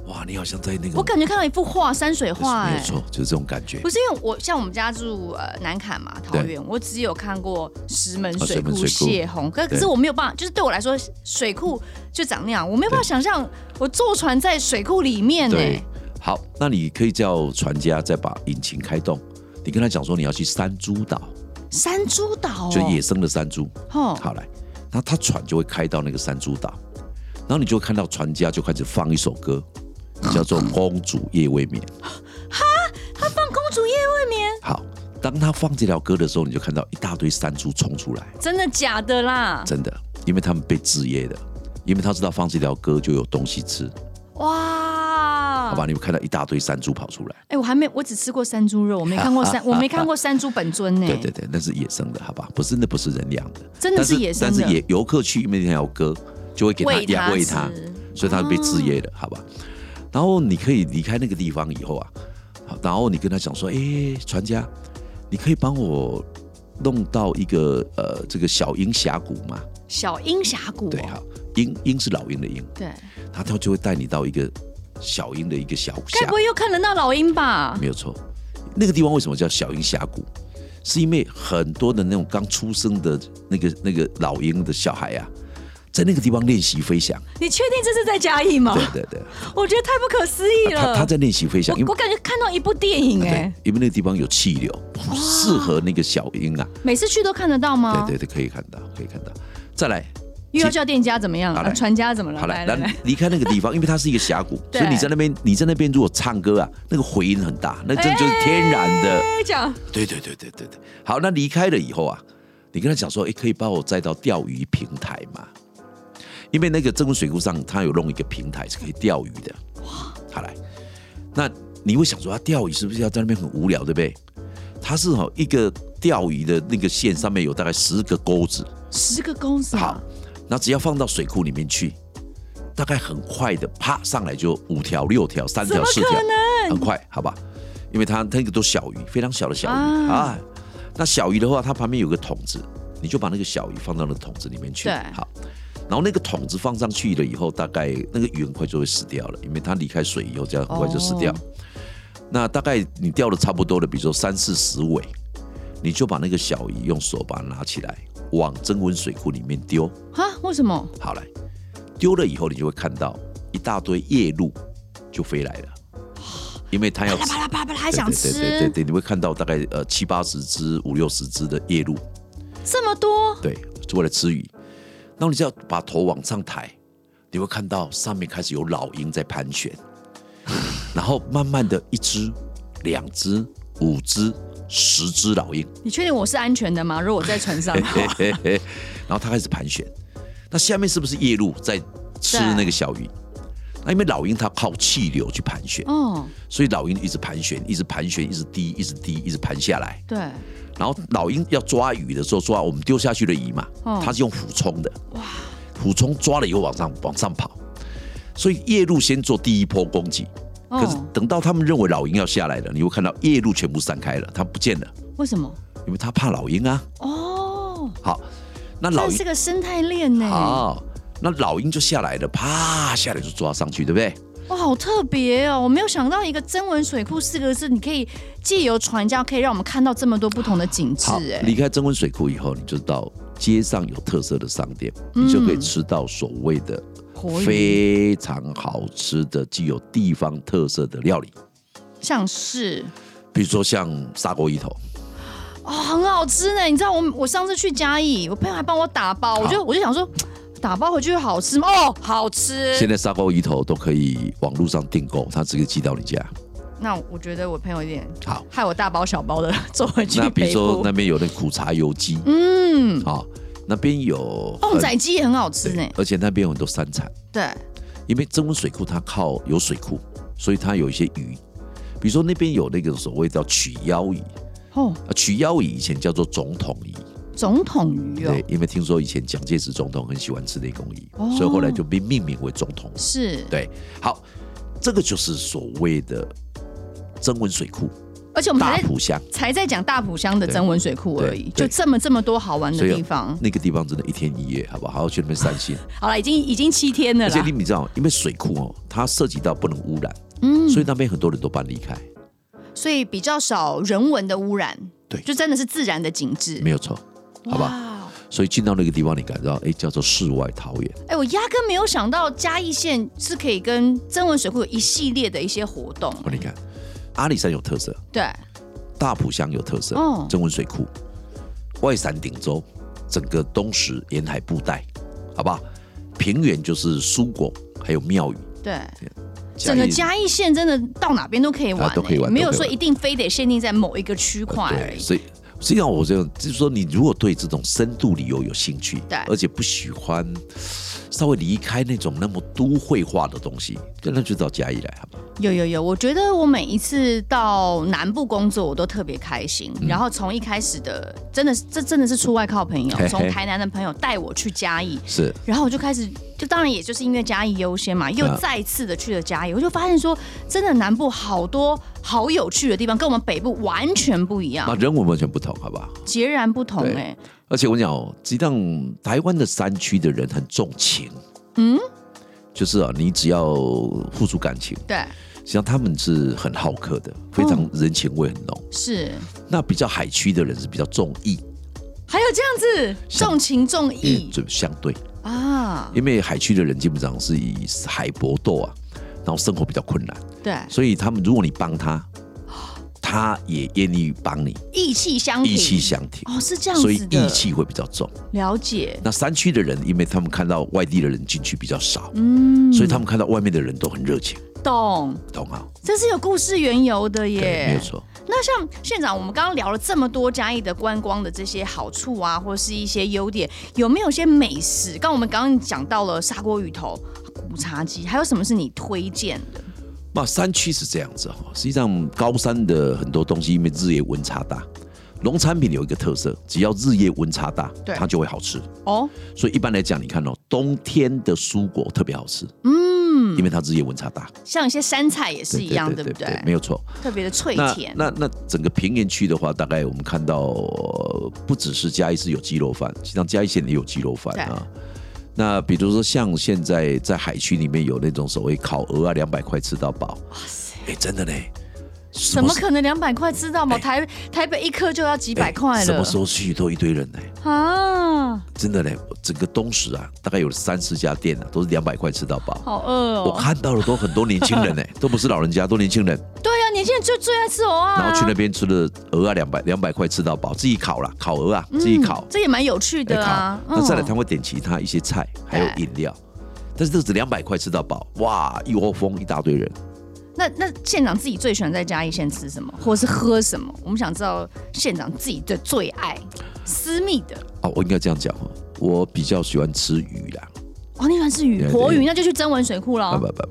哇，你好像在那个
我感觉看到一幅画，山水画，
没
哎
有，错，就是这种感觉
不。是因为我像我们家住呃南坎嘛，桃
对
园，我只有看过石门
哦
水
石门
库、
水库
泄洪，可可是
对
我没有办法，就是对我来说水库就长那样，我没有办法想象我坐船在水库里面欸呢、
对，好，那你可以叫船家再把引擎开动，你跟他讲说你要去山猪岛，
山猪岛、哦，
就野生的山猪。
哦，
好来，那他船就会开到那个山猪岛，然后你就会看到船家就开始放一首歌， 叫做《公主夜未眠》。
放公主夜未眠，
好，当他放这条歌的时候，你就看到一大堆山猪冲出来。
真的假的啦？
真的，因为他们被制约的，因为他知道放这条歌就有东西吃，
嗯哇，
好吧？你会看到一大堆山猪跑出来，
哎、我还没，我只吃过山猪肉，我没看过山，我没看过山猪本尊呢、
对对对，那是野生的，好吧？不是，那不是人养的，
真的是
但
野生的
但是野游客去，因为那条歌就会给他
喂它
养喂它
吃，哦
所以它被制约的，好吧？然后你可以离开那个地方以后啊，好，然后你跟他讲说，哎，船家，你可以帮我弄到一个呃这个小鹰峡谷嘛，
小鹰峡谷、哦，
对哈，鹰鹰是老鹰的鹰，
对，
它它就会带你到一个小鹰的一个小
该
峡
不，会又看得到老鹰吧？
没有错。那个地方为什么叫小鹰峡谷？是因为很多的那种刚出生的那个那个老鹰的小孩啊，在那个地方练习飞翔。
你确定这是在嘉义吗？
对对对，
我觉得太不可思议
他
了。
他在练习飞翔，因
我
为
我感觉看到一部电影哎、
对，因为那个地方有气流，适合那个小鹰啊。
每次去都看得到吗？
对对对，可以看到，可以看到。再来，
又要叫店家怎么样？
好
啊、
来
传家怎么了？
好了，
来来
那
来，
离开那个地方，因为它是一个峡谷，
对
所以你在那边，你在那边如果唱歌啊，那个回音很大，那真的就是天然的。
哎讲
对对对对对对。好，那离开了以后啊，你跟他讲说，哎，可以把我载到钓鱼平台嘛？因为那个正温水库上，它有弄一个平台是可以钓鱼的。好来，那你会想说，他啊钓鱼是不是要在那边很无聊，对不对？它是哈一个钓鱼的那个线上面有大概十个钩子，
十个公司、
好，，那只要放到水库里面去，大概很快的，啪上来就五条、六条、三条、四条，很快，好吧？因为它它那个都小鱼，非常小的小鱼
啊
啊那小鱼的话，它旁边有个桶子，你就把那个小鱼放到那个桶子里面去
对，
好。然后那个桶子放上去了以后，大概那个鱼很快就会死掉了，因为它离开水以后，这样很快就死掉。
哦
那大概你钓的差不多了，比如说三四十尾，你就把那个小鱼用手把它拿起来，往增温水库里面丢。
哈，啊为什么？
好来，丢了以后你就会看到一大堆夜鹭就飞来了，因为它要
巴拉巴拉巴拉，还想吃
对对对对对，你会看到大概呃七八十只、五六十只的夜鹭，
这么多，
对，是为了吃鱼。那你只要把头往上抬，你会看到上面开始有老鹰在盘旋，然后慢慢的一只、两只、五只、十只老鹰。
你确定我是安全的吗？如果我在船 上的话，
嘿嘿嘿， 然后它开始盘旋。那下面是不是夜鹭在吃
对
那个小鱼？那因为老鹰它靠气流去盘旋，
哦，
所以老鹰一直盘旋，一直盘旋，一直低，一直低，一直盘下来。
对，
然后老鹰要抓鱼的时候，抓我们丢下去的鱼嘛
嗯，
它是用俯冲的。俯冲抓了以后往上往上跑，所以夜鹭先做第一波攻击。可是
哦，
等到他们认为老鹰要下来了，你会看到夜鹭全部散开了，它不见了，
为什么？
因为它怕老鹰啊。
哦，
好，那老
这
鹰
是个生态链呢，
好，那老鹰就下来了，啪下来就抓上去，对不对？
哇，好特别哦！我没有想到一个“增文水库”四个字，你可以借由传教，可以让我们看到这么多不同的景致
好，，
哎，
离开增温水库以后，你就到街上有特色的商店，
嗯
你就可以吃到所谓的
活鱼
非常好吃的、具有地方特色的料理，
像是
比如说像砂锅鱼头，
哦，很好吃呢。你知道我我上次去嘉义，我朋友还帮我打包，我就我就想说，打包回去会好吃吗？哦，好
现
吃。
在砂锅鱼头都可以网络上订购，它直接寄到你家。
那我觉得我朋友有点
好，
害我大包小包的走回去
那比如
北
说
部。
那边有那呃苦茶油鸡
嗯，哦
啊，那边有
旺
很
仔鸡也很好吃呢
对。而且那边有很多山产。
对，
因为增温水库它靠有水库，所以它有一些鱼，比如说那边有那个所谓叫曲腰鱼
哦，
啊，曲腰鱼以前叫做总统鱼，
总统鱼哦
对，，因为听说以前蒋介石总统很喜欢吃那种鱼，
哦
所以后来就被命名为总统鱼。
是，
对，好，这个就是所谓的增温水库
而且我们
大
还在
浦乡，
才在讲大浦乡的增文水库而已，
对
就
对
这么这么多好玩的
所以
地方。
那个地方真的一天一夜，好不好？好好去那边散 心。
好了，已经已经七天了
而且
啦
你。你知道，因为水库哦，它涉及到不能污染，
嗯，
所以那边很多人都搬离开，
所以比较少人文的污染，
对
就真的是自然的景致，
没有错，好吧？
哇？哦
所以进到那个地方，你感觉到哎、叫做世外桃源。
哎、我压根没有想到嘉义县是可以跟曾文水库有一系列的一些活动，
哦，你看，阿里山有特色，
对，
大浦乡有特色，
哦
曾文水库、外山顶洲，整个东石沿海布袋，好不好？平原就是蔬果，还有庙宇，
对。
嘉
整
义
个嘉义县真的到哪边都可以玩、
啊都可以玩
哎没有
都可
说
以玩啊
一定非得限定在某一个区块而
呃对，
已。
所以。实际上，我这样就是说，你如果对这种深度旅游有兴趣，
对
而且不喜欢稍微离开那种那么都会化的东西，那就到嘉义来，好不好？
有有有，我觉得我每一次到南部工作，我都特别开心。
嗯
然后从一开始的，真的是这真的是出外靠朋友
嘿，嘿
从台南的朋友带我去嘉义，
是
然后我就开始就当然也就是因为嘉义优先嘛，又
啊
再次的去了嘉义，我就发现说，真的南部好多好有趣的地方，跟我们北部完全不一
那
样，
人文完全不同，好不好？
截然不同
啊对
哎、
而且我讲哦，实际上台湾的山区的人很重情，
嗯，
就是啊，你只要付出感情，
对，
实际上他们是很好客的，非常人情味很浓。
是，
那比较海区的人是比较重义，
还有这样子
像
重情重
因为
义
就相对，
啊，
因为海区的人基本上是以海搏斗啊，然后生活比较困难，
对，
所以他们如果你帮他，
哦
他也愿意帮你，
义气相挺，
义气相挺。
哦，是这样
所以
子的，
义气会比较重。
了解，
那山区的人，因为他们看到外地的人进去比较少，
嗯，
所以他们看到外面的人都很热情，
懂，
懂吗？
这是有故事缘由的
对，
耶，
没有错。
那像县长，我们刚刚聊了这么多嘉义的观光的这些好处啊，或是一些优点，有没有一些美食？刚我们刚刚讲到了砂锅鱼头、古茶鸡，还有什么是你推荐的？
那山区是这样子哈，实际上高山的很多东西，因为日夜温差大，农产品有一个特色，只要日夜温差大，
对
它就会好吃。
哦，
所以一般来讲，你看哦，冬天的蔬果特别好吃，
嗯，
因为它日夜温差大，
像一些山菜也是一样，对不哎
没
对？
有错。
特别的脆
那
甜，
那那整个平原区的话，大概我们看到呃不只是嘉义市有鸡肉饭，实际上嘉义县也有鸡肉饭
对
啊。那比如说像现在在海区里面有那种所谓烤鹅啊，两百块吃到饱，
哇塞，
哎，真的呢？什
怎么
时
可能两百块吃到饱？
哎
台台北一颗就要几
哎
百块
什么
了
时候去都一堆人呢、
啊！
真的嘞，我整个东石啊，大概有三四家店啊，都是两百块吃到饱。
好饿
我
哦！
看到了都很多年轻人 呢、都不是老人家，都年轻人，
对啊，年轻人就最爱吃鹅啊，
然后去那边吃了鹅啊，两百两百块吃到饱，自己烤啦，烤鹅啊，自己
嗯
烤，
这也蛮有趣
来
的
烤
啊。。
那再来
嗯
他会点其他一些菜，还有饮料，但是这只两百块吃到饱，哇，一窝蜂一大堆人。
那那县长自己最喜欢在嘉义县吃什么，或是喝什么？我们想知道县长自己的最爱，私密的。
啊，我应该这样讲哦，我比较喜欢吃鱼啦，
哦，你喜欢吃鱼，
对
活鱼，
对
那就去曾文水库
不
喽。
不不不，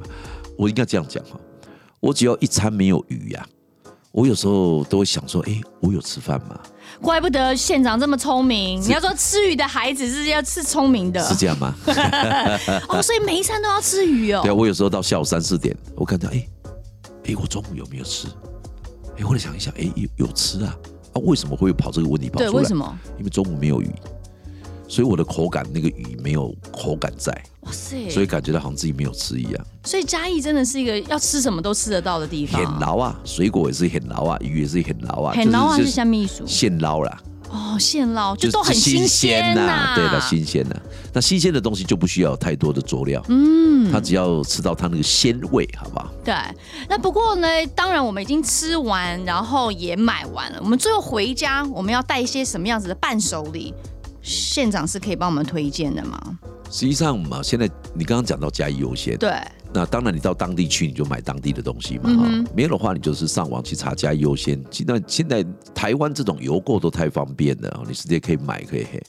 我应该这样讲哈，我只要一餐没有鱼呀、我有时候都会想说，哎、我有吃饭 吗？
怪不得县长这么聪明。你要说吃鱼的孩子是要吃聪明的
是这样吗？
哦，所以每一餐都要吃鱼
对啊，
哦。
我有时候到下午三四点，我看到哎哎，我中午有没有吃？哎，后来想一想，哎，有有吃啊，啊，为什么会跑这个问题跑出
对，
来？
为什？么？
因为中午没有鱼，所以我的口感那个鱼没有口感在，
哇塞！
所
所
以
以
感觉到好像自己没有吃一样。
嘉义真的是一个要吃什么都吃得到的地
很
方。
牢啊，水果也是很牢啊，鱼也是很牢啊，
很捞啊，
就是是
下秘书
现捞啦，
哦，现捞
就
就都很
是
新鲜呐。
对的，新鲜呐。那新鲜的东西就不需要太多的佐料，
嗯
它只要吃到它那个鲜味，好不好？
对，那不过呢，当然我们已经吃完，然后也买完了。我们最后回家，我们要带一些什么样子的伴手礼？县长是可以帮我们推荐的吗？
实际上嘛，现在你刚刚讲到嘉义优先，
对，
那当然你到当地去你就买当地的东西嘛，
嗯
哈、
哼
没有的话你就是上网去查嘉义优先。现在现在台湾这种邮购都太方便了，你直接可以买可以嘿。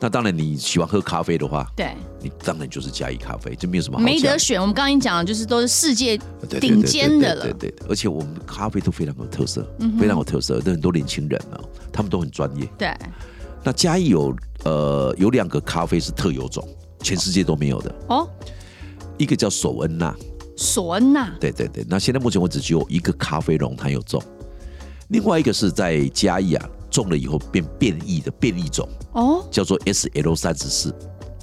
那当然你喜欢喝咖啡的话，
对，
你当然就是嘉义咖啡，这没有什么好
没
讲啊
得选。我们刚刚已经讲了，就是都是世界
对对对
顶尖的
对
了。嗯
对对对而且我们咖啡都非常有特色，非常有特色，但很多年轻人啊，他们都很专业。
对，
那嘉义有呃有两个咖啡是特有种，全世界都没有的，
哦，
一个叫索恩纳，
索恩娜
对对对，那现在目前为止只有一个咖啡农它有种，另外一个是在嘉义啊种了以后变变异的变异种，
哦
叫做 S L 三十四，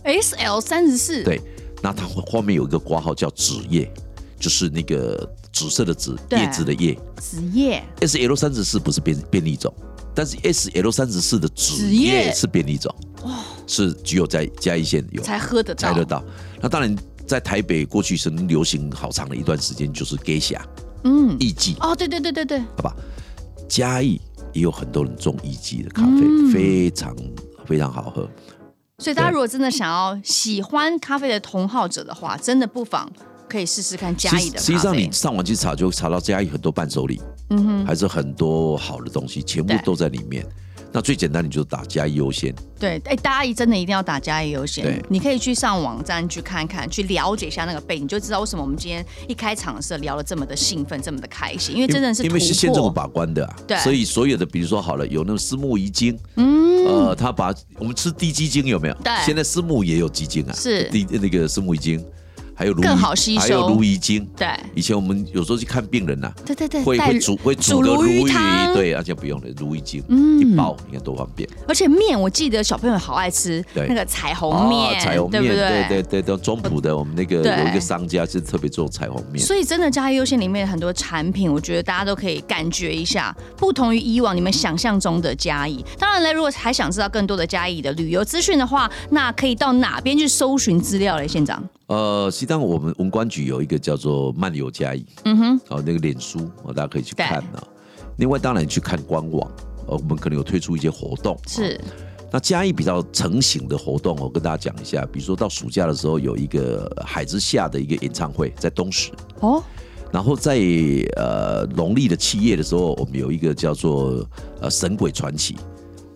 ，S L 三十四，
对，那它后后面有一个挂号叫紫叶，就是那个紫色的紫，
对
叶子的叶
紫叶，
，S L 三十四不是变变异种，但是 S L 三十四的紫
紫叶
叶是变异种，是只有在嘉义县有
才喝得到，
猜得到。那当然，在台北过去曾流行好长的一段时间，就是 gay 侠
嗯，
艺妓，
哦，对对对对对，
好吧？嘉义也有很多人种艺妓的咖啡，
嗯
非常非常好喝。
所以大家
对
如果真的想要喜欢咖啡的同好者的话，真的不妨可以试试看嘉义的咖啡。
实际上你上网去查，就会查到嘉义很多伴手礼，
嗯哼，
还是很多好的东西，全部
对
都在里面。那最简单，你就打嘉义优先，
对，哎、大家真的一定要打嘉义优先
对，
你可以去上网站去看看，去了解一下那个背景，你就知道为什么我们今天一开场的时候聊得这么的兴奋，这么的开心，因为真的是
因为因为是县
突
政府
破，
把关的、啊
对，
所以所有的，比如说好了，有那种私募遗经，呃，他把我们吃低鸡精有没有？
嗯对
现在私募也有鸡精啊，
是
低那个私募鸡精，还有鲈鱼
更好吸收
还有鲈鱼精。
对
以前我们有时候去看病人呐、啊
对对对，
会
带
会煮会煮个
鲈
鲈
鱼
鱼
汤，，
对，而且不用了，鲈鱼精、
嗯
一包，你看多方便。
而且面我记得小朋友好爱吃
对
那个彩虹面，
哦彩虹面，
对不
对对对对，中埔的我们那个
对
有一个商家是特别做彩虹面。
所以真的家优先里面很多产品，我觉得大家都可以感觉一下，不同于以往你们想象中的嘉义。当然了，如果还想知道更多的嘉义的旅游资讯的话，那可以到哪边去搜寻资料嘞？县长，
呃，西藏我们文官局有一个叫做漫游嘉义，
嗯哼，
哦，那个脸书哦，大家可以去
对
看啊。另外，当然你去看官网，呃，我们可能有推出一些活动。
是
那嘉义比较成型的活动，我跟大家讲一下，比如说到暑假的时候有一个海之下的一个演唱会，在东石。
哦，
然后在呃农历的七月的时候，我们有一个叫做呃神鬼传奇，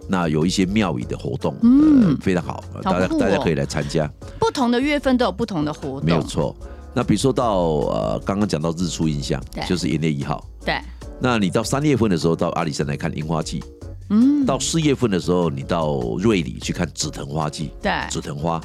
那有一些庙宇的活动，
嗯
呃，非常好，呃
好
大家、
酷哦
大家可以来参加，
不同的月份都有不同的活
没有
动，
错。那比如说到呃刚刚讲到日出印象
对，
就是营业一号。
对，
那你到三月份的时候到阿里山来看樱花季，
嗯，
到四月份的时候你到瑞里去看紫藤花季，
对，
紫藤花。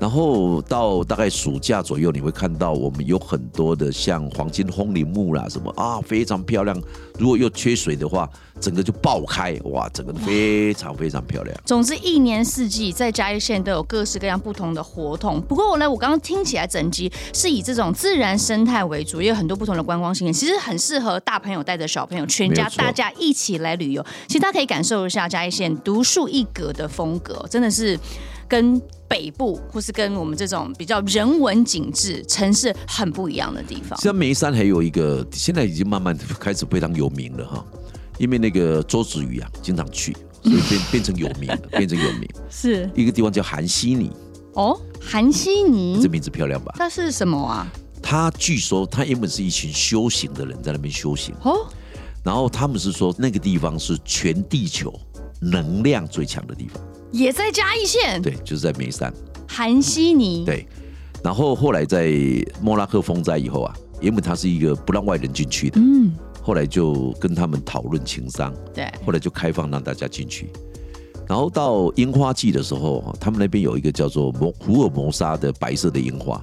然后到大概暑假左右，你会看到我们有很多的像黄金风铃木啦，什么啊，非常漂亮。如果又缺水的话，整个就爆开，哇，整个非常非常漂亮。啊
总之，一年四季在嘉义县都有各式各样不同的活动。不过呢，我刚刚听起来整集是以这种自然生态为主，也有很多不同的观光景点，其实很适合大朋友带着小朋友，全
没
家
有错
大家一起来旅游。其实大家可以感受一下嘉义县独树一格的风格，真的是跟北部或是跟我们这种比较人文景致城市很不一样的地方。
像眉山还有一个，现在已经慢慢开始非常有名了哈，因为那个周子瑜啊，经常去，所以变变成有名了，变成有名。
是
一个地方叫韩溪尼，
哦，韩西
这
尼，
名字漂亮吧？
那是什么啊？
他据说他原本是一群修行的人在那边修行。
哦，
然后他们是说那个地方是全地球能量最强的地方，
也在嘉义县，
对，就是在眉山，
韩西尼，
对。然后后来在莫拉克风灾以后啊，原本它是一个不让外人进去的，
嗯，
后来就跟他们讨论情商，
对。
后来就开放让大家进去。然后到樱花季的时候，他们那边有一个叫做摩福尔摩沙的白色的樱花，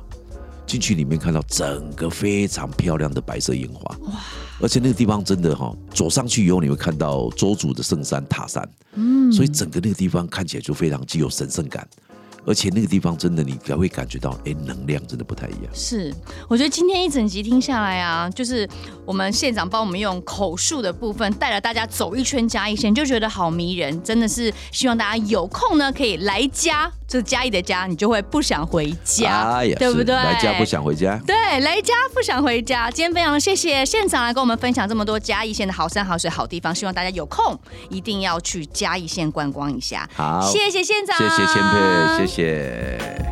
进去里面看到整个非常漂亮的白色樱花，哇！而且那个地方真的哈、走上去以后你会看到周主的圣山塔山，嗯，所以整个那个地方看起来就非常具有神圣感，而且那个地方真的你才会感觉到，哎，能量真的不太一样。
是，我觉得今天一整集听下来啊，就是我们县长帮我们用口述的部分带了大家走一圈嘉义县，就觉得好迷人，真的是希望大家有空呢可以来家，就是嘉义的家，你就会不想回家，对
啊哎是
不对？
来家不。想回家。
对，来家不想回家。今天非常谢谢县长来跟我们分享这么多嘉义县的好山好水好地方，希望大家有空一定要去嘉义县观光一下。
好，
谢谢县长，
谢谢千佩，谢谢。